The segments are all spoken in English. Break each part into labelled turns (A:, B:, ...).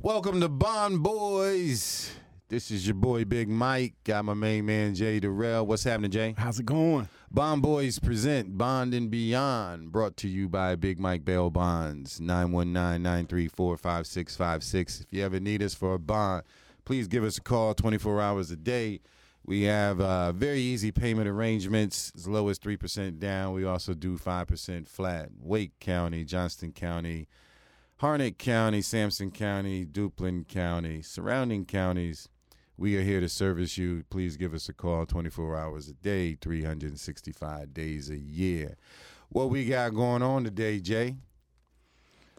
A: Welcome to Bond Boys. This is your boy Big Mike. Got my main man Jay Durrell. What's happening, Jay?
B: How's it going?
A: Bond Boys present Bond and Beyond, brought to you by Big Mike Bell Bonds, 919-934-5656. If you ever need us for a bond, please give us a call 24 hours a day. We have uh, very easy payment arrangements, as low as 3% down. We also do 5% flat. Wake County, Johnston County, Harnett County, Sampson County, Duplin County, surrounding counties. We are here to service you. Please give us a call 24 hours a day, 365 days a year. What we got going on today, Jay?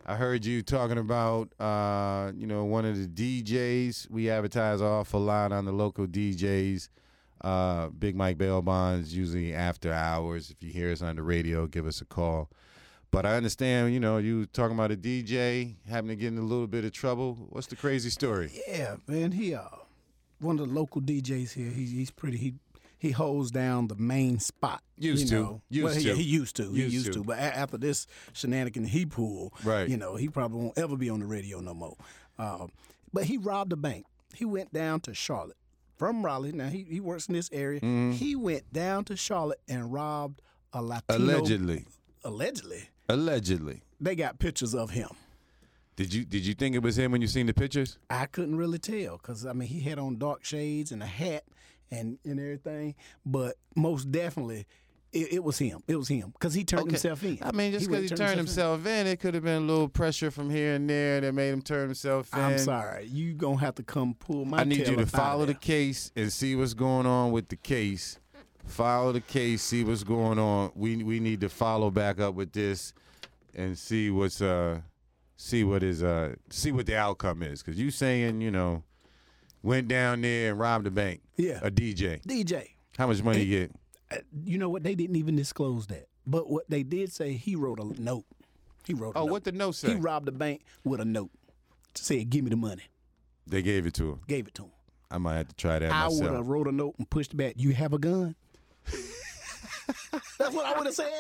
A: I heard you talking about, uh, you know, one of the DJs. We advertise an awful lot on the local DJs. Uh, Big Mike Bell Bonds, usually after hours. If you hear us on the radio, give us a call. But I understand, you know, you talking about a DJ having to get in a little bit of trouble. What's the crazy story?
B: Yeah, man. He uh, one of the local DJs here. He, he's pretty. He he holds down the main spot.
A: Used
B: you
A: to.
B: know.
A: Used
B: well, he,
A: to.
B: he used to. He
A: Used
B: used,
A: to.
B: to. But a- after this shenanigan he pulled,
A: Right.
B: You know, he probably won't ever be on the radio no more. Um, but he robbed a bank. He went down to Charlotte from Raleigh. Now he, he works in this area.
A: Mm-hmm.
B: He went down to Charlotte and robbed a Latino.
A: Allegedly.
B: Allegedly,
A: Allegedly.
B: they got pictures of him.
A: Did you did you think it was him when you seen the pictures?
B: I couldn't really tell because I mean he had on dark shades and a hat and and everything, but most definitely it, it was him. It was him because he turned himself in.
A: I mean, just
B: went
A: because he
B: and
A: turned himself in, it could have been a little pressure from here and there that made him turn himself in.
B: in. I'm sorry, you gonna have to come pull my.
A: I need
B: tail
A: you to
B: up out of
A: follow the
B: there.
A: case and see what's going on with the case. Follow the case, see what's going on. We we need to follow back up with this and see what's uh see what is uh see what the outcome is. Cause you saying, you know, went down there and robbed a bank.
B: Yeah.
A: A DJ.
B: DJ.
A: How much money you get?
B: uh, You know what? They didn't even disclose that, but what they did say, he wrote a note. He wrote. A
A: Oh,
B: note.
A: what the note
B: He
A: say?
B: robbed a bank with a note. Said, "Give me the money."
A: They gave it to him.
B: Gave it to him.
A: I might have to try that
B: I would
A: myself.
B: have wrote a note and pushed back. You have a gun. That's what I would have said.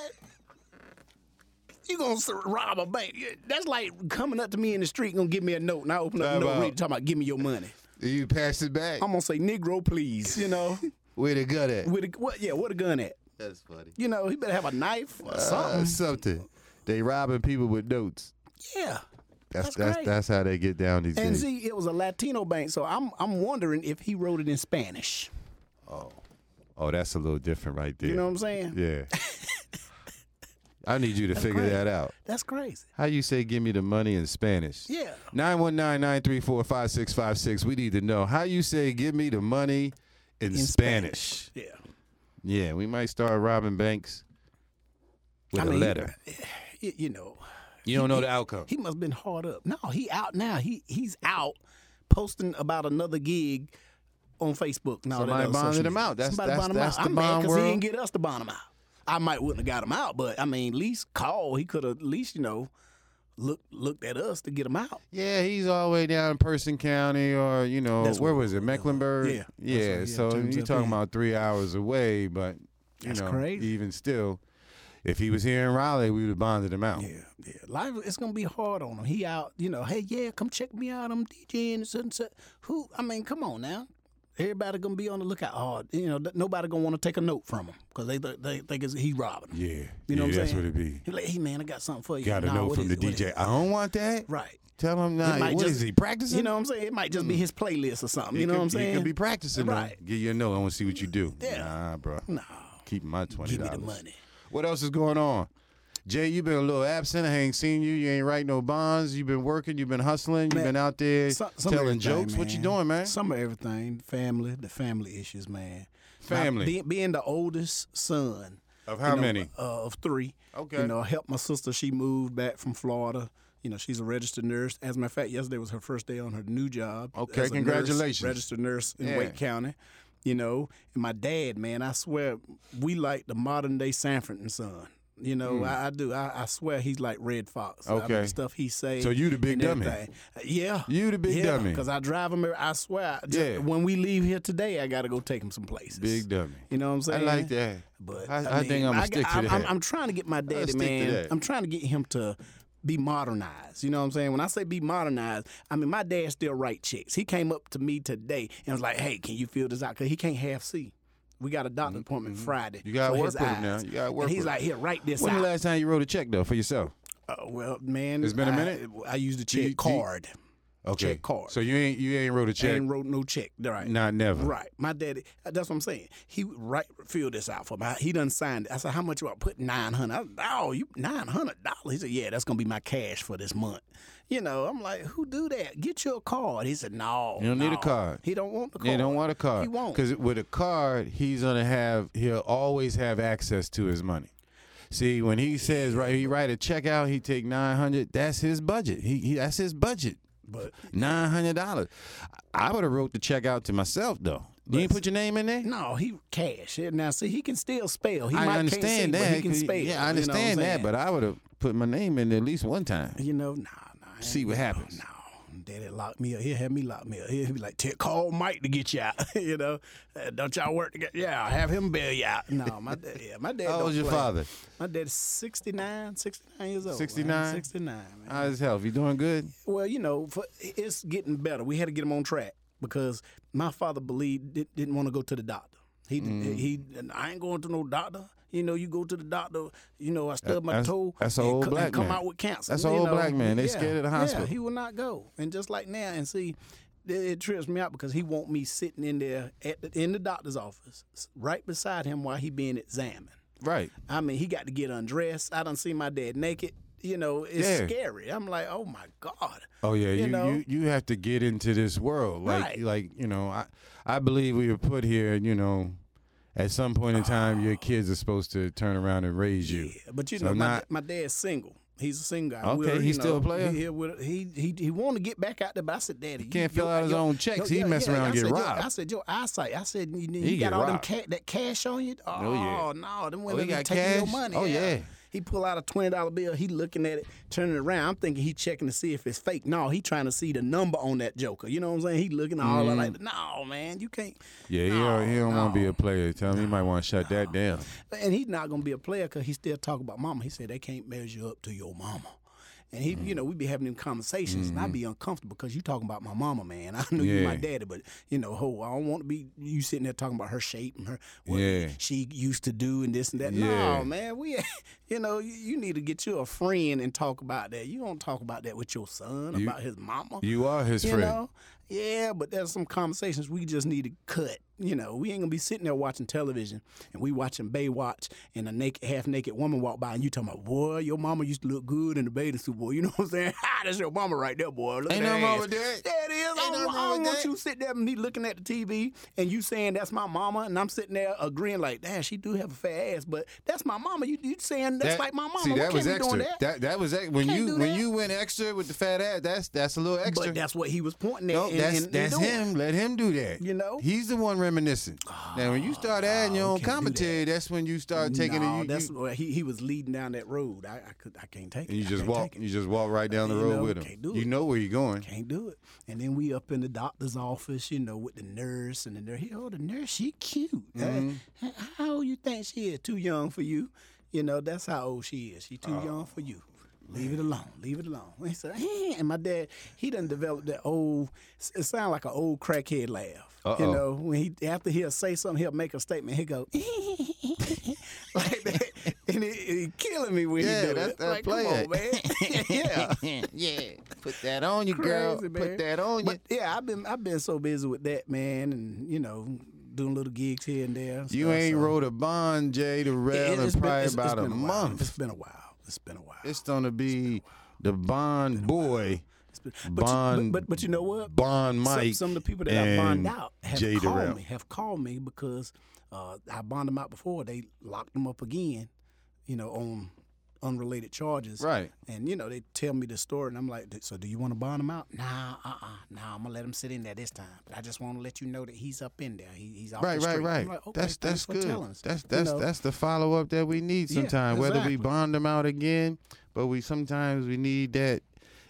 B: You gonna s- rob a bank? Yeah, That's like coming up to me in the street and gonna give me a note, and I open up
A: How
B: the note,
A: about-
B: and read, it, talking about give me your money.
A: You pass it back.
B: I'm gonna say Negro, please. You know,
A: Where the gut at?
B: with a, what? Yeah, what a gun at?
A: That's funny.
B: You know, he better have a knife or something.
A: Uh, something. They robbing people with notes.
B: yeah.
A: That's
B: That's
A: that's
B: great.
A: that's, how they get down these
B: And
A: days.
B: see, it was a Latino bank, so I'm I'm wondering if he wrote it in Spanish.
A: oh, that's a little different right there.
B: You know what I'm saying?
A: yeah. I need you to figure
B: great.
A: that out.
B: That's crazy.
A: How you say give me the money in Spanish?
B: Yeah.
A: 919-934-5656. We need to know how you say give me the money in,
B: In
A: Spanish.
B: Yeah.
A: Yeah, we might start robbing banks with
B: I
A: a
B: mean,
A: letter.
B: Y- you know.
A: You don't know the outcome.
B: He must have been hard up. No, he out now. He he's out posting about another gig on Facebook. No,
A: Somebody bonded him out. That's- that's- that's the
B: I'm mad
A: bond
B: because he
A: world.
B: didn't get us to bond him out. I might wouldn't have got him out, but I mean, at least call. He could have at least you know looked looked at us to get him out.
A: Yeah, he's all the way down in Person County or, you know,
B: That's
A: where
B: where-
A: was it? Mecklenburg?
B: Yeah, that's
A: Yeah,
B: where, yeah,
A: so
B: turns
A: you're
B: up
A: talking
B: in.
A: about three hours away, but, you
B: That's
A: know,
B: crazy.
A: even still, if he was here in Raleigh, we would have bonded him out.
B: Yeah, yeah. Life it's gonna be hard on him. He out, you know. Hey, yeah, come check me out. I'm DJing and such and such. Who? I mean, come on now. Everybody gonna be on the lookout. Oh, you know, th- nobody gonna want to take a note from him because they th- they think it's, he robbing. 'em.
A: Yeah.
B: You know what I'm
A: that's
B: saying?
A: what it be.
B: He like, hey man, I got something for you.
A: Got to
B: Nah,
A: know
B: what
A: from
B: is
A: the
B: it? What is
A: DJ.
B: it?"
A: I don't want that.
B: Right.
A: Tell him
B: It
A: not. What
B: might
A: is
B: just-
A: he practicing?
B: You know what I'm saying? It might just be his playlist or something.
A: He
B: you know
A: could-
B: what I'm
A: He
B: saying?
A: could be practicing. man.
B: Right.
A: Give you a note. I want to see what you do.
B: Yeah.
A: Nah, bro.
B: no,
A: Keep my $20.
B: give me the money.
A: What else is going on? Jay, you've been a little absent. I ain't seen you. You ain't writing no bonds. You've been working. You've been hustling. You've
B: Man,
A: been out there
B: Some- some of
A: telling
B: everything,
A: jokes. What you doing, man?
B: Some of everything. Family, the family issues, man. My-
A: Family.
B: being, being the oldest son.
A: Of
B: you
A: how
B: know,
A: many?
B: Uh, of three.
A: Okay.
B: You know, I helped my sister. She moved back from Florida. You know, she's a registered nurse. As a matter of fact, yesterday was her first day on her new job.
A: Okay,
B: as a nurse,
A: congratulations.
B: registered nurse in
A: Yeah.
B: Wake County. You know, and my dad, man, I swear we like the modern day Sanford and Son. You know, I, I do. I, I swear he's like Red Fox. I mean,
A: Hmm. Okay.
B: the stuff he say.
A: So you the big
B: and
A: dummy.
B: everything. Yeah.
A: You the big
B: yeah,
A: dummy.
B: Because I drive him. every- I swear. I-
A: Yeah.
B: When we leave here today, I got to go take him some places.
A: Big dummy.
B: You know what I'm
A: I
B: saying?
A: like that.
B: But
A: I, I think I'm
B: mean,
A: gonna
B: I-
A: stick to
B: I'm,
A: that.
B: I'm, I'm trying to get my daddy,
A: stick to
B: man.
A: that.
B: I'm trying to get him to be modernized. You know what I'm saying? When I say be modernized, I mean my dad still write checks. He came up to me today and was like, "Hey, can you fill this out? Cause he can't half see. We got a doctor appointment Friday.
A: Mm-hmm. You gotta
B: for
A: work
B: his
A: with him now.
B: eyes.
A: You gotta work
B: And he's
A: with him.
B: like, "Here, write this
A: When the
B: out."
A: last time you wrote a check though for yourself?
B: Uh, well, man,
A: It's been a
B: I-
A: minute?
B: I, used a
A: you-
B: check
A: do you-
B: card.
A: Okay.
B: Check card.
A: So you ain't you ain't wrote a check.
B: Ain't wrote no check. Right.
A: Not never.
B: Right. My daddy, uh, that's what I'm saying. He right filled this out for me. He done signed it. I said, How much you want? Put nine hundred. I said, Oh, you nine hundred dollars. He said, Yeah, that's gonna be my cash for this month. You know, I'm like, who do that? Get you a card. He said, No.
A: You don't need a
B: no."
A: card.
B: He don't want the card.
A: They don't want a card.
B: He won't.
A: Because with a card, he's gonna have he'll always have access to his money. See, when he says right, he write a check out, he take nine hundred. That's his budget. He, he that's his budget.
B: But
A: Nine hundred dollars. I would have wrote the check out to myself though. You ain't put your name in there.
B: no, he cash. Now see he can still spell. He
A: I
B: might can't see,
A: understand
B: but
A: that.
B: he can
A: 'cause-
B: spell.
A: yeah, I understand that. But I would have put my name in there at least one time.
B: you know, nah, nah. I ain't
A: See what
B: no,
A: happens.
B: No, daddy locked me up. He'll have me locked me up. He'll be like, "Tell- call Mike to get you out. you know, Uh, don't y'all work together? Yeah, have him bail you out. No, my dad. Yeah, my dad.
A: How
B: don't
A: old is your
B: play.
A: father?
B: My dad's 69, 69 years old.
A: 69?
B: 69, man.
A: How's his health? You doing good?
B: Well, you know, for, it's getting better. We had to get him on track because my father believed did, didn't want to go to the doctor. He
A: Mm.
B: he. and I ain't going to no doctor. You know, you go to the doctor. You know, I stub my
A: That's-
B: toe.
A: that's a
B: and
A: old
B: co-
A: black
B: and come
A: man.
B: out with cancer.
A: That's a
B: you
A: old
B: know?
A: black man. They
B: yeah,
A: scared of the
B: yeah,
A: hospital.
B: he will not go. And just like now, and see, it, it trips me out because he want me sitting in there at the, in the doctor's office, s- right beside him while he being examined.
A: Right.
B: I mean, he got to get undressed. I done seen my dad naked. You know, it's
A: Yeah.
B: scary. I'm like, oh my god.
A: Oh yeah, you,
B: You
A: you,
B: know?
A: you have to get into this world, like
B: Right.
A: like you know, I I believe we were put here, you know, at some point in time, your kids are supposed to turn around and raise you.
B: Oh. Yeah, but you
A: So
B: know, my,
A: not-
B: da- my dad's single. He's a single guy.
A: Okay,
B: We're,
A: he's
B: you
A: still a
B: know,
A: player?
B: He he, will- he, he, he want to get back out there, but I said, Daddy, you
A: can't fill
B: your-
A: out his
B: your-
A: own checks. He mess around
B: I
A: and get
B: said, your-
A: robbed.
B: I said, your eyesight. I said, you, you
A: He
B: got
A: get
B: all them
A: robbed.
B: ca- that cash on you. Oh,
A: yeah.
B: no, them women
A: he got
B: taking your
A: cash?
B: money.
A: Oh, yeah.
B: He pull out a twenty dollar bill. He looking at it, turning it around. I'm thinking he checking to see if it's fake. No, he trying to see the number on that joker. You know what I'm saying? He looking all
A: Mm-hmm.
B: like, no, man, you can't.
A: Yeah, he don't,
B: Oh,
A: he don't want to be a player. Tell him he might want to shut that down.
B: And he's not gonna be a player because he still talk about mama. He said they can't measure up to your mama. And he,
A: Mm-hmm.
B: you know, we be having them conversations, and I be uncomfortable because you talking about my mama, man. I knew you my
A: Yeah.
B: daddy, but you know, ho, I don't want to be you sitting there talking about her shape and her what
A: Yeah.
B: she used to do and this and that.
A: Yeah.
B: No, man, we, you know, you, you need to get you a friend and talk about that. You don't talk about that with your son about his mama
A: You are his
B: you
A: friend.
B: know yeah but there's some conversations we just need to cut you know we ain't gonna be sitting there watching television and we watching baywatch and a naked half naked woman walk by and you talking about boy your mama used to look good in the bathing suit boy you know what i'm saying ha that's your mama right there boy look
A: Ain't
B: at
A: nothing
B: her
A: wrong
B: ass.
A: with that.
B: yeah it is i
A: nothing
B: don't,
A: wrong
B: I don't
A: with
B: want
A: that.
B: you sitting there me looking at the tv and you saying that's my mama and i'm sitting there agreeing like damn she do have a fat ass but that's my mama you, you saying that's
A: That-
B: like my mama
A: See,
B: we
A: that
B: can't
A: was
B: be
A: extra.
B: doing that.
A: that was ex- when
B: Can't
A: you
B: do
A: when
B: that.
A: you went extra with the fat ass. That's that's a little extra.
B: but that's what he was pointing at
A: No,
B: and,
A: that's
B: and- and
A: that's
B: doing.
A: him. Let him do that.
B: You know? Oh,
A: he's the one reminiscing. now, when you start adding your own
B: can't do that.
A: commentary, that's when you start taking
B: no,
A: it. You,
B: that's
A: you,
B: well, he he was leading down that road. I I, could, I can't take it.
A: and you
B: I
A: just
B: can't
A: walk.
B: take
A: You
B: it.
A: just walk right down the
B: You
A: road
B: know,
A: with him.
B: can't do
A: you
B: it.
A: know where you're going.
B: Can't do it. And then we up in the doctor's office, you know, with the nurse and the nurse. Oh, the nurse, she cute. Uh, h- how old you think she is? Too young for you. You know, that's how old she is. She too young for you. Leave it alone. Leave it alone. And, he said, "Eh," and my dad, he done developed that old. It sounds like an old crackhead laugh.
A: Uh-oh.
B: You know, when he after he'll say something, he'll make a statement. He go like that, and it, it killing me when
A: Yeah,
B: he do
A: that's
B: it.
A: that
B: like, come
A: player.
B: on, man. yeah,
A: yeah, put that on you,
B: Crazy, man. But yeah, I've been I've been so busy with that man, and you know, doing little gigs here and there. and
A: You
B: stuff,
A: ain't
B: so-
A: wrote a bond, Jay, to
B: It-
A: rail
B: it's
A: in
B: been-
A: probably
B: it's- it's
A: about a
B: been while.
A: month.
B: It's been a while. It's been a while.
A: It's gonna be the Bond boy,
B: It's been- but, you,
A: Bond-
B: but, but but you know what?
A: Bond Mike.
B: Some, some of the people that I bond
A: and
B: out have
A: Jay
B: called
A: Durrell.
B: me, have called me because uh, I bond them out before. They locked them up again, you know, on unrelated charges.
A: Right.
B: And you know, they tell me the story, and I'm like, so do you want to bond him out? Nah, uh, uh nah. I'm gonna let him sit in there this time. But I just want to let you know that he's up in there. He, he's off
A: Right,
B: the
A: right,
B: street.
A: right.
B: I'm like, okay,
A: that's that's
B: thanks for
A: good.
B: telling us.
A: That's
B: You
A: that's
B: know?
A: that's the follow up that we need
B: Yeah,
A: sometimes. Whether we
B: exactly.
A: bond them out again, but we sometimes we need that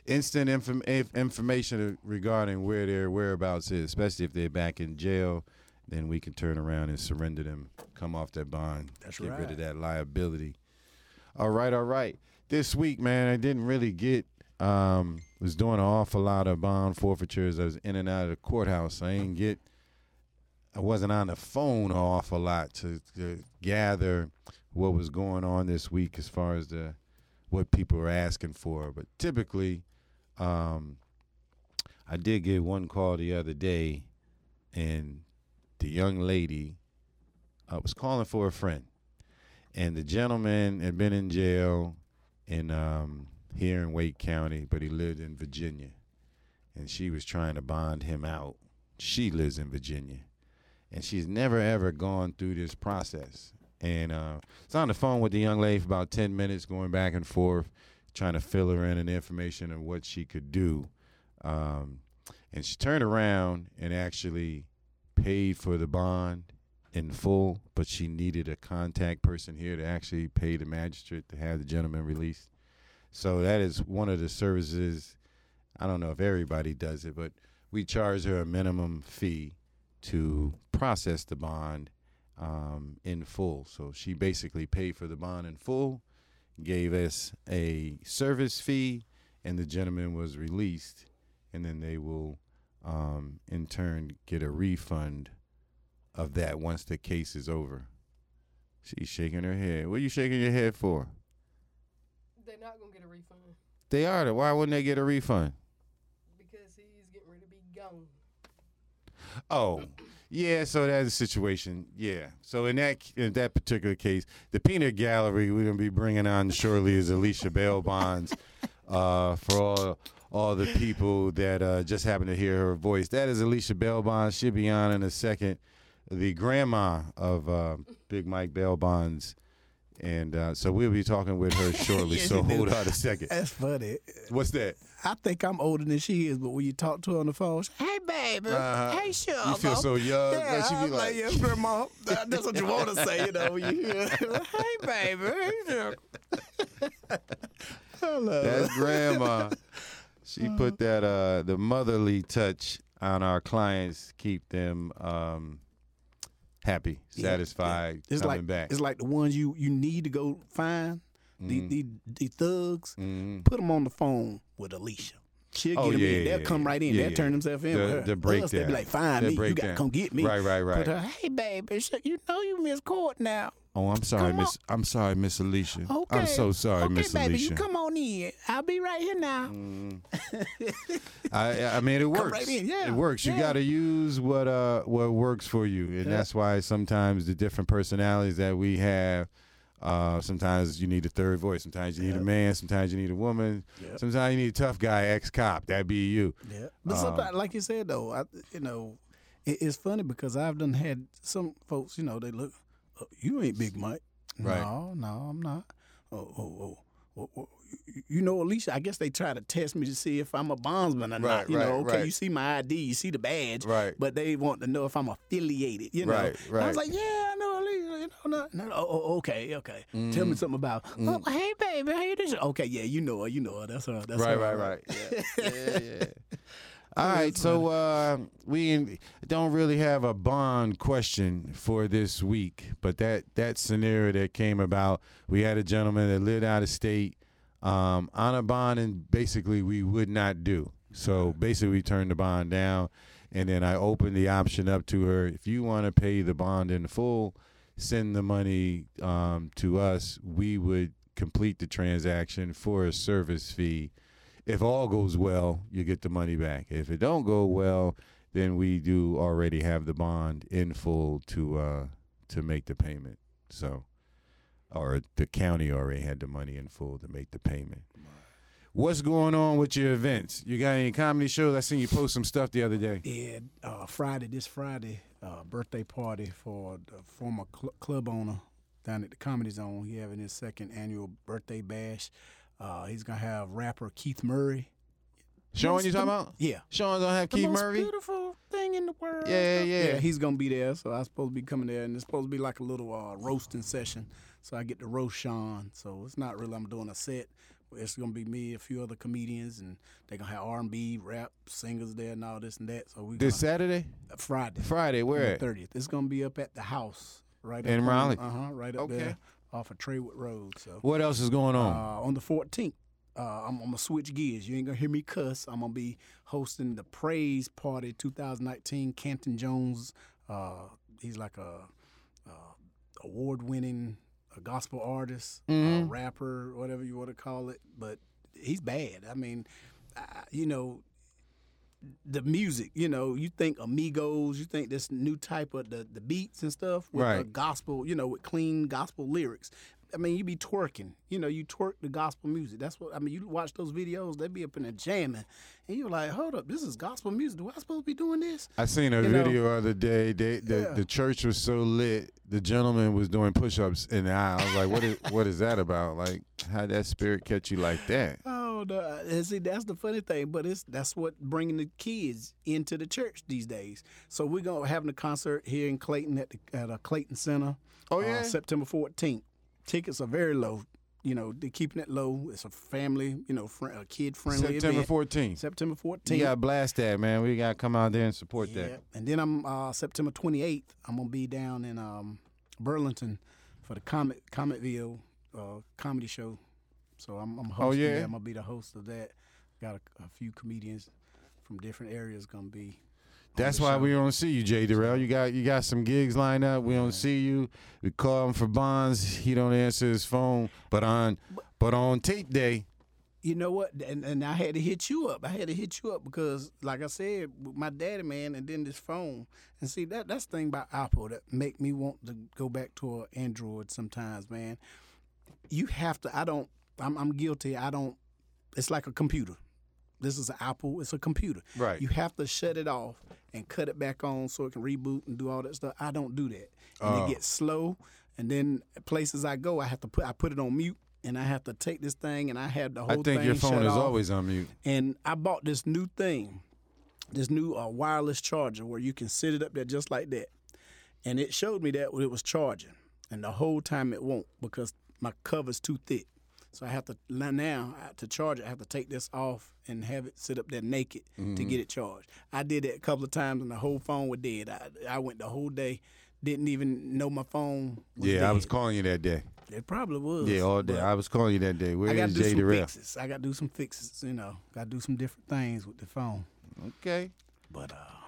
A: instant inform- inf- information regarding where their whereabouts is, especially if they're back in jail. Then we can turn around and surrender them, come off that bond,
B: That's
A: get rid
B: right.
A: of that liability. All right, all right. this week, man, I didn't really get. Um, was doing an awful lot of bond forfeitures. I was in and out of the courthouse. I ain't get. I wasn't on the phone an awful lot to, to gather what was going on this week as far as the what people were asking for. But typically, um, I did get one call the other day, and the young lady uh, was calling for a friend, and the gentleman had been in jail in um, here in Wake County, but he lived in Virginia, and she was trying to bond him out. She lives in Virginia, and she's never ever gone through this process. And uh, was on the phone with the young lady for about ten minutes, going back and forth, trying to fill her in and information on what she could do. Um, and she turned around and actually paid for the bond in full, but she needed a contact person here to actually pay the magistrate to have the gentleman released. So that is one of the services. I don't know if everybody does it, but we charge her a minimum fee to process the bond um, in full. So she basically paid for the bond in full, gave us a service fee, and the gentleman was released. And then they will, um, in turn, get a refund of that once the case is over. She's shaking her head. What are you shaking your head for?
C: They're not gonna get a refund
A: They are. Why wouldn't they get a refund?
C: because he's getting ready to be gone.
A: Oh, yeah. So that's a situation. Yeah. So in that in that particular case, the peanut gallery we're gonna be bringing on shortly is Alicia Bell Bonds, uh, for all all the people that uh, just happen to hear her voice. That is Alicia Bell Bonds. She'll be on in a second. The grandma of uh, Big Mike Bell Bonds. And uh, so we'll be talking with her shortly.
B: Yes,
A: so
B: you do. Uh,
A: hold on a second.
B: That's funny.
A: What's that?
B: I think I'm older than she is, but when you talk to her on the phone, she, hey baby,
A: Uh-huh.
B: hey sure.
A: You feel so young.
B: yeah,
A: like, she
B: I'm
A: be
B: like,
A: like,
B: yes, grandma. That's what you want to say, you know. When you hear, hey baby, hey sure. I love
A: That's grandma. She put that uh the motherly touch on our clients, keep them um happy,
B: Yeah,
A: satisfied,
B: It's
A: coming
B: like
A: back. Mm-hmm.
B: it's like the ones you you need to go find the the, the thugs.
A: Mhm.
B: Put them on the phone with Alicia. She'll get
A: Oh,
B: them
A: yeah,
B: in.
A: yeah,
B: They'll come
A: yeah.
B: right in.
A: Yeah,
B: They'll
A: yeah.
B: turn themselves in.
A: They'll-
B: with her.
A: they'll break
B: Us, They'll be
A: down.
B: like, find
A: They'll
B: me. You
A: break
B: got to
A: down.
B: come get me.
A: Right, right, right.
B: But her, hey baby, so you know you miss court now.
A: oh, I'm sorry,
B: Come on.
A: Miss. I'm sorry, Miss Alicia.
B: Okay.
A: I'm so sorry,
B: okay,
A: Miss
B: baby,
A: Alicia.
B: you come on in. I'll be right here now.
A: Mm. I, I mean, it works.
B: right in, yeah,
A: It works. You
B: yeah.
A: got to use what uh what works for you, and
B: Yeah.
A: that's why sometimes the different personalities that we have. Uh, sometimes you need a third voice. Sometimes you need a man. Sometimes you need a woman.
B: Yep.
A: Sometimes you need a tough guy, ex cop. That'd be you.
B: Yeah, but
A: Um,
B: sometimes, like you said though, I you know, it, it's funny because I've done had some folks, you know, they look, "Uh, you ain't Big Mike.
A: Right.
B: No, no, I'm not. Oh, oh, oh. Oh, oh, you- You know, Alicia, I guess they try to test me to see if I'm a bondsman or
A: Right,
B: not. You
A: right,
B: know, okay,
A: right.
B: you see my ID, you see the badge,
A: Right.
B: but they want to know if I'm affiliated, you know.
A: Right,
B: And I
A: right.
B: was like, yeah, I know Alicia. You know, no, no, oh, oh, okay, okay. Tell
A: Mm.
B: me something about, oh, hey, baby, how you doing? Okay, yeah, you know her, you know her. That's her. That's
A: right,
B: her. uh,
A: right, right. Yeah, yeah, yeah. All right, so uh, we in- don't really have a bond question for this week, but that that scenario that came about, we had a gentleman that lived out of state um, on a bond, and basically we would not do. So basically, we turned the bond down, and then I opened the option up to her. If you want to pay the bond in full, send the money um, to us. We would complete the transaction for a service fee if all goes well, you get the money back. If it don't go well, then we do already have the bond in full to uh, to make the payment. So, or the county already had the money in full to make the payment. What's going on with your events? You got any comedy shows? I seen you post some stuff the other day.
B: Yeah, uh, Friday, this Friday, uh, birthday party for the former cl- club owner down at the Comedy Zone. He having his second annual birthday bash. Uh, he's gonna have rapper Keith Murray.
A: Sean, you talking about?
B: Yeah,
A: Sean don't have
B: the
A: Keith
B: most
A: Murray.
B: Beautiful thing in the world.
A: Yeah, yeah, yeah.
B: he's gonna be there, so I'm supposed to be coming there, and it's supposed to be like a little uh, roasting session. So I get to roast Sean. So it's not really I'm doing a set. It's gonna be me, a few other comedians, and they're gonna have R&B, rap singers there, and all this and that. So we
A: This Saturday,
B: gonna, Friday
A: Friday, where? at?
B: thirtieth. It's gonna be up at the house right
A: In
B: up
A: Raleigh.
B: Uh huh. Right up
A: Okay.
B: there. off of Traywood Road. So
A: What else is going on?
B: uh, on the 14th. Uh, I'm, I'm gonna switch gears. You ain't gonna hear me cuss. I'm gonna be hosting the Praise Party 2019. Canton Jones, uh, he's like a uh, award-winning uh gospel artist,
A: Mm-hmm.
B: uh, rapper, whatever you want to call it. But he's bad. I mean, I, you know, the music. You know, you think Amigos, you think this new type of the, the beats and stuff with a
A: Right.
B: gospel. You know, with clean gospel lyrics. I mean, you be twerking. You know, you twerk the gospel music. That's what I mean. You watch those videos; they be up in there jamming, and you're like, "Hold up, this is gospel music. Do I supposed to be doing this?"
A: I seen a
B: you know-
A: video the other day. They, the,
B: Yeah.
A: the church was so lit. The gentleman was doing push-ups in the aisle. I was like, "What is what is that about? Like, how that spirit catch you like that?"
B: Oh no! And see, that's the funny thing, but it's that's what bringing the kids into the church these days. So we're gonna having a concert here in Clayton at the at a Clayton Center. uh,
A: Oh, yeah?
B: September fourteenth. Tickets are very low. You know, they're keeping it low. It's a family, you know, fri a kid friendly
A: September
B: event.
A: fourteenth.
B: September
A: You
B: fourteenth.
A: gotta blast that, man. We gotta come out there and support
B: Yeah.
A: that.
B: And then I'm uh, September 28th. I'm gonna be down in um, Burlington for the Comet Cometville uh, comedy show. So I'm, I'm hosting.
A: Oh, yeah?
B: that. I'm gonna be the host of that. Got a, a few comedians from different areas gonna be.
A: That's why we don't see you, Jay Durrell. You got you got some gigs lined up. We don't see you. We call him for bonds. He don't answer his phone. But on but on tape day,
B: You know what? And, and I had to hit you up. I had to hit you up because, like I said, with my daddy man, and then this phone. And see that that's the thing about Apple that make me want to go back to an Android sometimes, man. You have to. I don't. I'm, I'm guilty. I don't. It's like a computer. This is an Apple. It's a computer.
A: Right.
B: You have to shut it off and cut it back on so it can reboot and do all that stuff. I don't do that. And it gets slow. And then places I go, I have to put I put it on mute and I have to take this thing and I had the whole
A: I think
B: thing
A: your phone
B: shut
A: is
B: off.
A: always on mute.
B: And I bought this new thing, this new uh, wireless charger where you can sit it up there just like that. And it showed me that it was charging. And the whole time it won't because my cover's too thick. So I have to now I- to charge it. I have to take this off and have it sit up there naked to
A: Mm-hmm.
B: get it charged. I did that a couple of times, and the whole phone was dead. I, I went the whole day, didn't even know my phone. Was
A: Yeah, I was
B: dead.
A: calling you that day.
B: It probably was.
A: Yeah, all day.
B: but-
A: I was calling you that day. Where
B: I gotta
A: is
B: do
A: Jay
B: some
A: Durrell?
B: fixes. I gotta do some fixes. You know, gotta do some different things with the phone.
A: Okay.
B: But uh,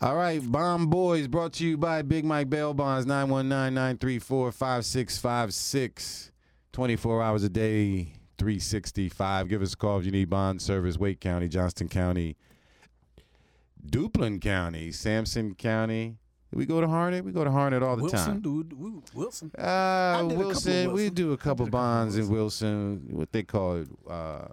A: All right, Bomb Boys brought to you by Big Mike Bail Bonds, 919-934-5656. 24 hours a day, 365. Give us a call if you need bond service. Wake County, Johnston County, Duplin County, Sampson County. We go to Harnett. We go to Harnett all the
B: Wilson,
A: time.
B: dude, we- Wilson.
A: Uh,
B: did a couple of
A: Wilson, we
B: Wilson.
A: do a couple
B: did a couple of
A: bonds in Wilson. What they call it? Uh,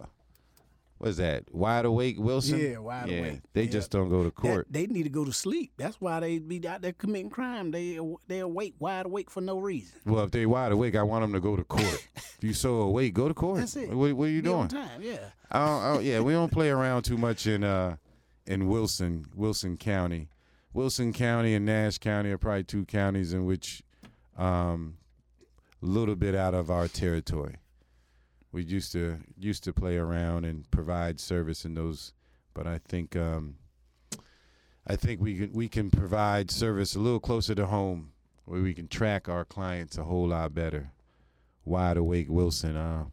A: what is that? Wide awake Wilson.
B: Yeah, wide awake.
A: They
B: Yeah.
A: just don't go to
B: That-
A: court.
B: they need to go to sleep. That's why they be out there committing crime. They they awake, wide awake for no reason.
A: Well, if they wide awake, I want them to go to court. if you so awake, go to court.
B: That's it.
A: What, what are you
B: Be on
A: doing?
B: Time, yeah.
A: I don't, I don't- yeah, we don't play around too much in uh in Wilson Wilson County. Wilson County and Nash County are probably two counties in which um a little bit out of our territory. We used to used to play around and provide service in those, but I think um I think we can we can provide service a little closer to home where we can track our clients a whole lot better. Wide awake Wilson, uh,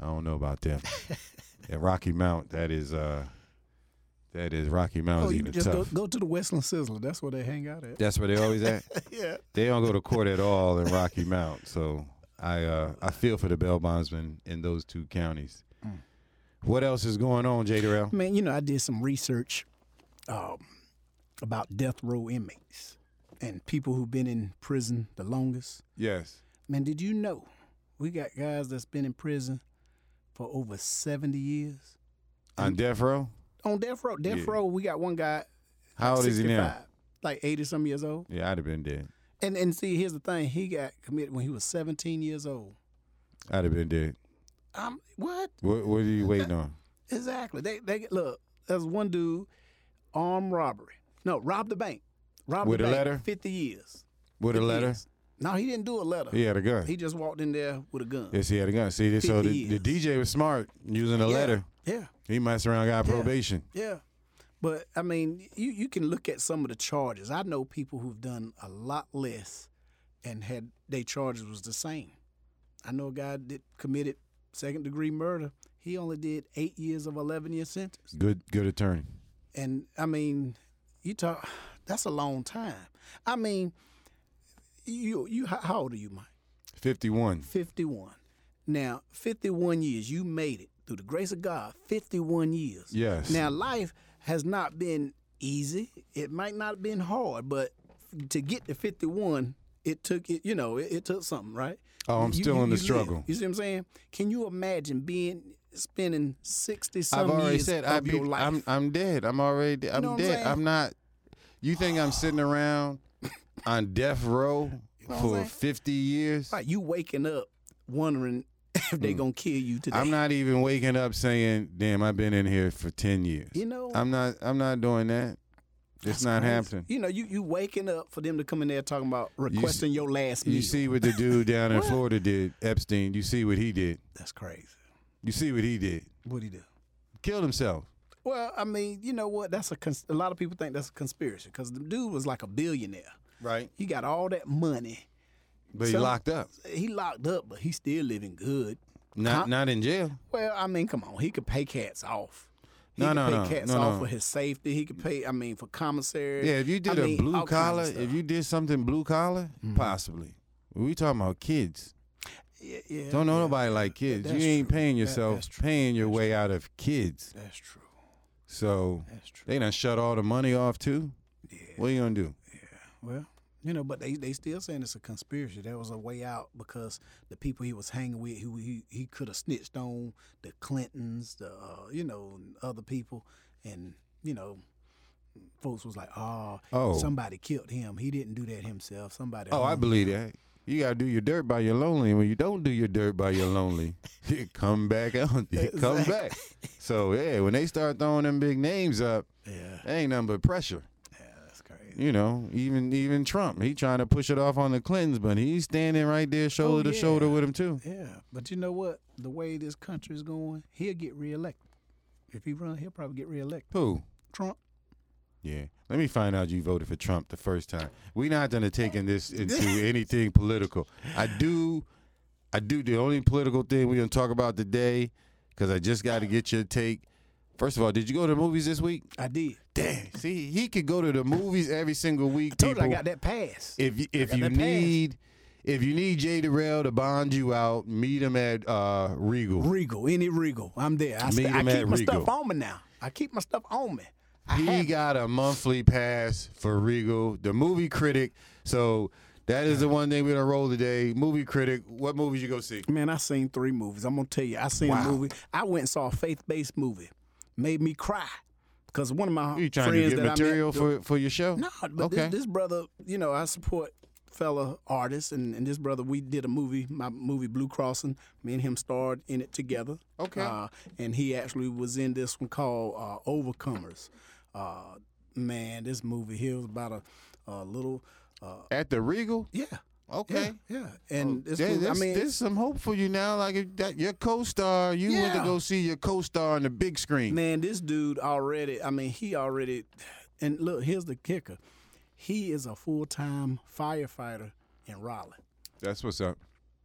A: I don't know about that. and Rocky Mount, that is uh that is Rocky Mount
B: Oh,
A: is
B: you
A: even
B: just go,
A: tough.
B: go to the Westland Sizzler. That's where they hang out at.
A: That's where they always at.
B: yeah.
A: they don't go to court at all in Rocky Mount. So I uh I feel for the bail bondsmen in those two counties.
B: Mm.
A: What else is going on, J. Durrell?
B: Man, you know, I did some research um, about death row inmates and people who've been in prison the longest.
A: Yes.
B: Man, did you know we got guys that's been in prison for over 70 years?
A: On death row?
B: On death row, death
A: Yeah.
B: row, we got one guy.
A: How old is he now?
B: 65, Like 80 some years old.
A: Yeah, I'd have been dead.
B: And and see, here's the thing. He got committed when he was 17 years old.
A: I'd have been dead.
B: Um, what?
A: What what are you waiting on?
B: Exactly. They they look. There's one dude, armed robbery. No, robbed the bank. Robbed
A: With
B: the
A: a
B: bank,
A: letter?
B: 50 years.
A: With a
B: 50
A: letter?
B: years. No, he didn't do a letter.
A: He had a gun.
B: He just walked in there with a gun.
A: yes, he had a gun. See, so
B: 50
A: the, the
B: years.
A: DJ was smart using a
B: Yeah,
A: letter.
B: Yeah.
A: He messed around, got
B: Yeah.
A: probation.
B: Yeah. But I mean, you, you can look at some of the charges. I know people who've done a lot less and had they charges was the same. I know a guy that committed second degree murder. He only did eight years of eleven year sentence.
A: Good good attorney.
B: And I mean, you talk that's a long time. I mean, you you how- how old are you, Mike?
A: Fifty one.
B: Fifty one. Now, fifty one years. You made it through the grace of God. Fifty one years.
A: Yes.
B: Now, life has not been easy. It might not have been hard, but to get to 51, it took it. You know, it, it took something, right?
A: Oh, I'm
B: You-
A: still
B: you-
A: in the
B: you live.
A: struggle.
B: You see what I'm saying? Can you imagine being spending 60 some
A: I've already
B: years
A: said
B: of
A: I be,
B: your life?
A: I'm I'm dead. I'm already dead. I'm
B: know what I'm
A: dead.
B: saying?
A: I'm, not. You think I'm sitting around on death row
B: what I'm
A: for
B: saying?
A: 50 years?
B: like you waking up wondering if they gonna kill you today.
A: Mm. I'm not even waking up saying, "Damn, I've been in here for 10 years."
B: You know,
A: I'm not. I'm not doing that. It's not
B: crazy.
A: happening.
B: You know, you you waking up for them to come in there talking about requesting your last meal.
A: You see what the dude down in Florida did, Epstein. You see what he did.
B: That's crazy.
A: You see what he did.
B: What do you do?
A: Killed himself.
B: Well, I mean, you know what? That's a cons- a lot of people think that's a conspiracy because the dude was like a billionaire.
A: Right.
B: He got all that money.
A: But he
B: So-
A: locked up.
B: He locked up, but he's still living good.
A: Not
B: Huh?
A: not in jail.
B: Well, I mean, come on, he could pay cats off. He
A: No,
B: could
A: no,
B: pay
A: no,
B: cats
A: no,
B: off
A: no.
B: for his safety. He could pay, I mean, for commissary.
A: Yeah, if you did
B: a
A: a blue collar, if you did something blue collar,
B: Mm-hmm.
A: possibly. We talking about kids.
B: yeah, yeah,
A: Don't know
B: yeah,
A: nobody like kids.
B: that's
A: you ain't
B: true.
A: paying
B: That-
A: yourself,
B: that's true.
A: paying your way out of kids.
B: That's true.
A: So
B: That's true.
A: they done shut all the money off too. What you gonna do?
B: Well, you know, but they, they still saying it's a conspiracy. There was a way out because the people he was hanging with, who he, he could have snitched on, the Clintons, the uh, you know, and other people, and you know, folks was like, oh,
A: Oh.
B: somebody killed him. He didn't do that himself. Somebody.
A: Oh, I
B: hung him."
A: believe that. You gotta do your dirt by your lonely. And when you don't do your dirt by your lonely, it come back out. It come
B: Exactly.
A: back. So yeah, when they start throwing them big names up,
B: Yeah,
A: that ain't nothing but pressure.
B: yeah, that's crazy.
A: you know, even even Trump, he trying to push it off on the Clintons, but he's standing right there, shoulder to
B: Oh, yeah.
A: shoulder with him too.
B: Yeah, but you know what? The way this country is going, he'll get reelected. If he run, he'll probably get reelected.
A: Who?
B: Trump.
A: Yeah. Let me find out you voted for Trump the first time. We're not gonna taking this into anything political. I do, I do. The only political thing we're gonna talk about today, because I just got to get your take. First of all, did you go to the movies this week?
B: I did.
A: Damn. See, he could go to the movies every single week.
B: Told you I
A: people.
B: got that pass.
A: if you, if
B: got
A: you
B: that pass.
A: need if you need Jay Durrell to bond you out, meet him at uh, Regal.
B: Regal, any Regal. I'm there. I,
A: Meet
B: st- I
A: him
B: keep
A: at
B: my stuff
A: Regal.
B: on me now. I keep my stuff on me. I
A: He
B: have
A: got a monthly pass for Regal, the movie critic. So that is the one thing we're gonna roll today. Movie critic, what movies you go see?
B: Man, I seen three movies. I'm gonna tell you, I seen
A: Wow.
B: a movie. I went and saw a faith-based movie. Made me cry because one of my
A: You trying
B: friends
A: to get
B: that
A: material
B: I met,
A: for, for your show?
B: No, but
A: okay.
B: this, this brother, you know, I support fellow artists, and, and this brother, we did a movie, my movie Blue Crossing. Me and him starred in it together.
A: Okay.
B: Uh, and he actually was in this one called uh, Overcomers. Uh, man, this movie here was about a, a little, uh,
A: at the Regal?
B: yeah, yeah,
A: Okay. Oh,
B: yeah. And this,
A: There-
B: movie, I
A: there's,
B: mean,
A: there's some hope for you now. Like if that, your co-star, you went to
B: Yeah.
A: go see your co-star on the big screen.
B: Man, this dude already, I mean, he already, and look, here's the kicker. He is a full time firefighter in Raleigh.
A: That's what's up.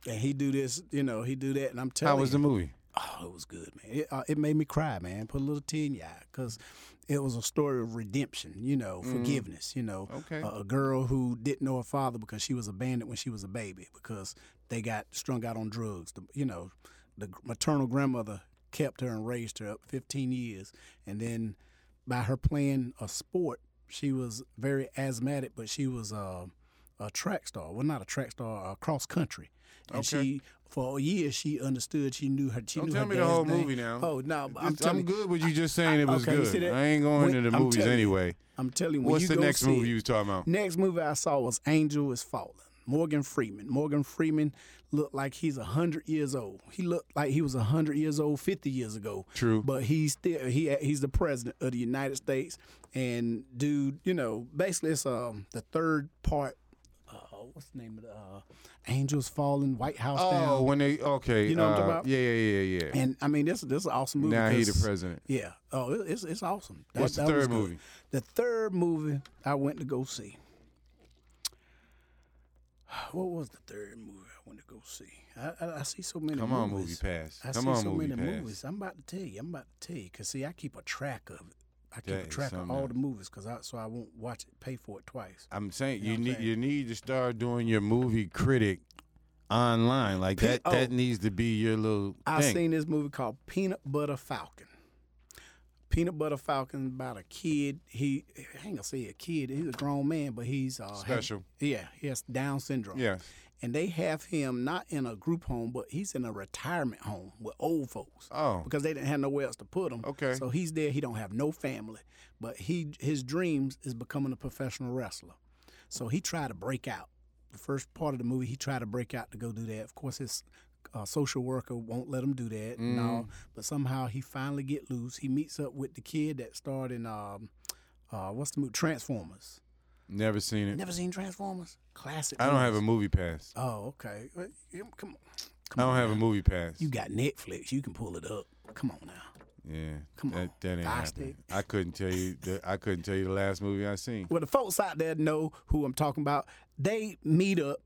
B: And he do this, you know, he do that. And I'm telling
A: How was
B: you,
A: the movie?
B: oh, it was good, man. It, uh, it made me cry, man. Put a little tear in your eye because it was a story of redemption, you know,
A: Mm-hmm.
B: forgiveness, you know.
A: Okay.
B: A, a girl who didn't know her father because she was abandoned when she was a baby because they got strung out on drugs. The, you know, the gr- maternal grandmother kept her and raised her up 15 years. And then by her playing a sport, she was very asthmatic, but she was uh, a track star. Well, not a track star, a cross country. And
A: Okay.
B: she, for a year, she understood. She knew her. She
A: Don't
B: knew
A: tell
B: her
A: me the
B: dad's
A: whole
B: name.
A: movie now.
B: Oh no, I'm,
A: I'm,
B: telling you,
A: good with you just saying it was
B: okay, you see
A: good.
B: that?
A: I ain't going
B: When-
A: into the
B: I'm
A: movies
B: telling you.
A: anyway.
B: I'm telling you. when
A: What's
B: you
A: the
B: go
A: next
B: see
A: movie
B: it-
A: you was talking about?
B: Next movie I saw was Angel Is Falling. Morgan Freeman. Morgan Freeman looked like he's hundred years old. He looked like he was hundred years old fifty years ago.
A: True.
B: But he's still he he's the president of the United States. And dude, you know, basically it's um the third part. Uh, what's the name of the uh, Angels Falling? White House
A: Oh,
B: Down.
A: when they okay,
B: You know what I'm
A: uh,
B: talking about?
A: Yeah, yeah, yeah, yeah.
B: And I mean, this this is an awesome movie.
A: now he the
B: because-
A: president.
B: Yeah. Oh, it- it's it's awesome. That-
A: What's the
B: that was
A: third
B: good.
A: movie?
B: The third movie I went to go see. What was the third movie I went to go see? I I, I see so many.
A: Come on, movie
B: movies.
A: pass.
B: I
A: Come
B: see
A: on,
B: so
A: movie
B: many
A: pass.
B: movies. I'm about to tell you. I'm about to tell you. Cause see, I keep a track of it. I keep
A: That
B: a
A: is
B: track of
A: something
B: all
A: else.
B: the movies, cause I so I won't watch it, pay for it twice.
A: I'm saying
B: You
A: you
B: know what
A: need
B: I'm
A: you need to start doing your movie critic online. Like
B: Pe-
A: that
B: oh.
A: that needs to be your little
B: I
A: thing.
B: seen this movie called Peanut Butter Falcon. Peanut Butter Falcon about a kid. He I ain't gonna say a kid. He's a grown man, but he's uh, had-
A: Special.
B: yeah, he has Down syndrome.
A: yeah.
B: and they have him not in a group home, but he's in a retirement home with old folks
A: Oh.
B: because they didn't have nowhere else to put him.
A: Okay.
B: So he's there. He don't have no family, but he his dreams is becoming a professional wrestler. So he tried to break out. The first part of the movie, he tried to break out to go do that. Of course, his uh, social worker won't let him do that. And
A: Mm.
B: all, but somehow he finally get loose. He meets up with the kid that starred in um, uh, what's the movie Transformers.
A: Never seen it.
B: Never seen Transformers? Classic.
A: I don't have
B: movies.
A: a movie pass.
B: Oh, okay. Well, yeah, Come on.
A: I
B: Come
A: don't
B: on
A: have a
B: now.
A: movie pass.
B: You got Netflix. You can pull it up. Come on now.
A: yeah.
B: Come
A: that,
B: on.
A: That ain't
B: Fire
A: happening. I couldn't tell you the, I couldn't tell you the last movie I seen.
B: Well, the folks out there know who I'm talking about. They meet up,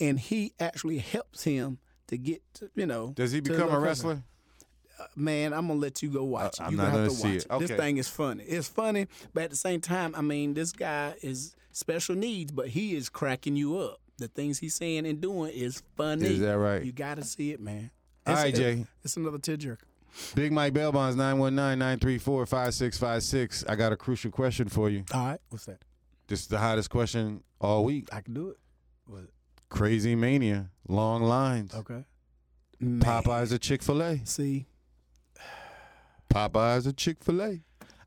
B: and he actually helps him to get, to, you know.
A: Does he
B: to
A: become a
B: another-
A: wrestler?
B: Man, I'm gonna let you go watch
A: Uh,
B: it.
A: I'm
B: You
A: not
B: gonna have
A: gonna
B: to
A: see
B: watch
A: it.
B: it. This
A: Okay.
B: thing is funny. It's funny, but at the same time, I mean, this guy is special needs, but he is cracking you up. The things he's saying and doing is funny.
A: Is that right?
B: You gotta see it, man.
A: All
B: It's-
A: right, Jay.
B: It's another tearjerker.
A: Big Mike Bell Bonds 919-934-5656. I got a crucial question for you.
B: All right, what's that?
A: This is the hottest question all week.
B: I can do it. Was it?
A: Crazy mania, long lines.
B: Okay.
A: Popeyes or Chick-fil-A?
B: See,
A: Popeyes or Chick Fil A.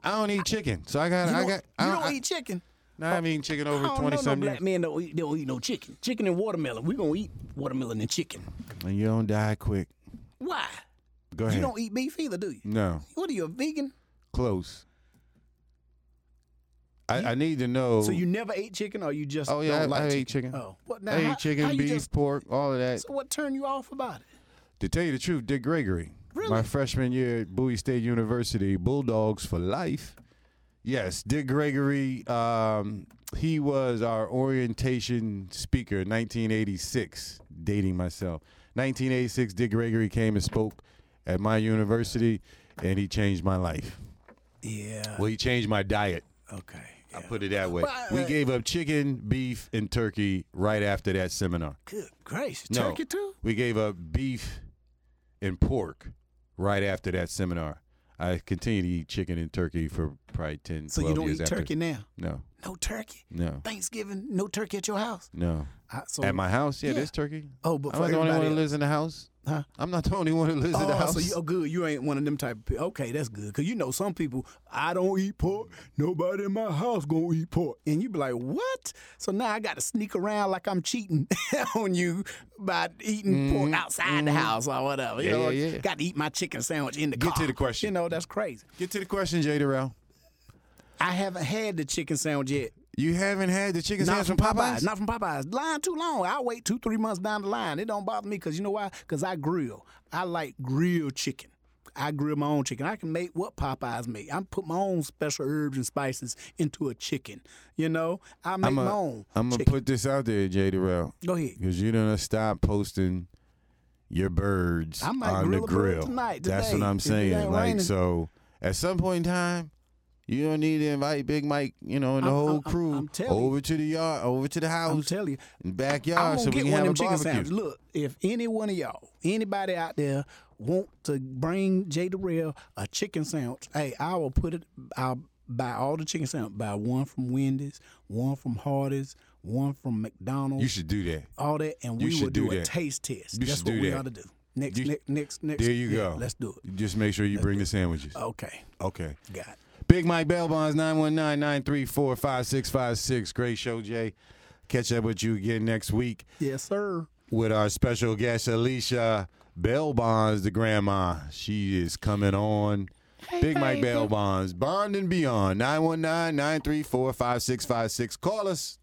A: I don't eat chicken, so I got
B: you
A: I
B: don't,
A: got.
B: you
A: I
B: don't
A: I,
B: eat chicken.
A: Nah, I haven't eaten chicken over
B: I don't
A: twenty
B: know no
A: some
B: black
A: years.
B: man don't eat, don't eat no chicken. Chicken and watermelon. We're going to eat watermelon and chicken.
A: And you don't die quick.
B: Why?
A: Go ahead.
B: You don't eat beef either, do you?
A: no,
B: What are you, a vegan?
A: close. I, I need to know.
B: So you never ate chicken or you just
A: oh yeah, I,
B: don't like
A: I
B: chicken?
A: ate chicken.
B: Oh, what now?
A: I
B: how-
A: ate chicken,
B: how you
A: beef,
B: just-
A: pork, all of that.
B: so what turned you off about it?
A: To tell you the truth, Dick Gregory,
B: Really?
A: my freshman year at Bowie State University, Bulldogs for life. Yes, Dick Gregory. Um, he was our orientation speaker, in 1986. Dating myself, 1986. Dick Gregory came and spoke at my university, and he changed my life.
B: Yeah.
A: Well, he changed my diet.
B: Okay.
A: I put it that way.
B: Well,
A: We
B: uh,
A: gave up chicken, beef, and turkey right after that seminar.
B: Good gracious.
A: No.
B: Turkey too?
A: We gave up beef and pork right after that seminar. I continued to eat chicken and turkey for probably 10,
B: So
A: 12
B: you don't
A: years
B: eat
A: after.
B: turkey now?
A: No,
B: No turkey?
A: no,
B: Thanksgiving, no turkey at your house?
A: no.
B: I, so,
A: At my house, yeah,
B: yeah.
A: there's turkey.
B: oh, but
A: I'm
B: for
A: not the only
B: everybody
A: one who
B: else.
A: lives in the house.
B: Huh?
A: I'm not the only one who lives in the
B: Oh,
A: house.
B: so you, oh, good. You ain't one of them type of people. Okay, that's good. Because you know some people, I don't eat pork. Nobody in my house going to eat pork. And you be like, what? So now I got to sneak around like I'm cheating on you by eating pork outside the house or whatever. You
A: Mm-hmm. Yeah,
B: know,
A: yeah, yeah.
B: Got to eat my chicken sandwich in the
A: Get
B: car.
A: to the question.
B: You know, that's crazy.
A: Get to the question, Jay Durrell.
B: I haven't had the chicken sandwich yet.
A: You haven't had the chicken
B: Not
A: sandwich
B: from
A: from
B: Popeyes.
A: Popeyes?
B: Not from Popeyes. Line too long. I wait two, three months down the line. It don't bother me because you know why? Because I grill. I like grilled chicken. I grill my own chicken. I can make what Popeyes make. I put my own special herbs and spices into a chicken. You know, I make my own.
A: I'm going to
B: chicken.
A: put this out there, Jay Durrell,
B: Go ahead.
A: because you're going to stop posting your birds
B: I might
A: on the
B: grill a bird
A: grill.
B: tonight,
A: That's what
B: today,
A: I'm
B: if it
A: saying.
B: ain't
A: Like,
B: raining.
A: so at some point in time, you don't need to invite Big Mike, you know, and the
B: I'm-
A: whole
B: I'm- I'm-
A: crew
B: I'm telling you.
A: over to the yard, over to the
B: I'm
A: house,
B: telling you.
A: and
B: I'm
A: backyard,
B: gonna
A: so we
B: get
A: can
B: one
A: have
B: of
A: a
B: them chicken sandwiches.
A: barbecue.
B: Look, if any one of y'all, anybody out there, want to bring Jay Durrell a chicken sandwich, hey, I will put it. I'll buy all the chicken sandwich. Buy one from Wendy's, one from Hardee's, one from McDonald's.
A: You should do that.
B: all that, and
A: you
B: we
A: should
B: will do,
A: do
B: a
A: that.
B: taste test.
A: You
B: That's
A: should
B: what
A: do
B: we
A: that.
B: ought to do. Next,
A: You-
B: next, next, next.
A: There you
B: yeah,
A: go.
B: Let's do it.
A: Just make sure you bring the sandwiches.
B: Okay,
A: Okay.
B: got it.
A: Big Mike Bell Bonds, 919 934 5656. Great show, Jay. Catch up with you again next week.
B: Yes, sir.
A: with our special guest Alicia Bell Bonds, the grandma. She is coming on. Big Mike Bell Bonds, Bond and Beyond, 919 934 5656. Call us.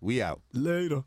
A: We out.
B: Later.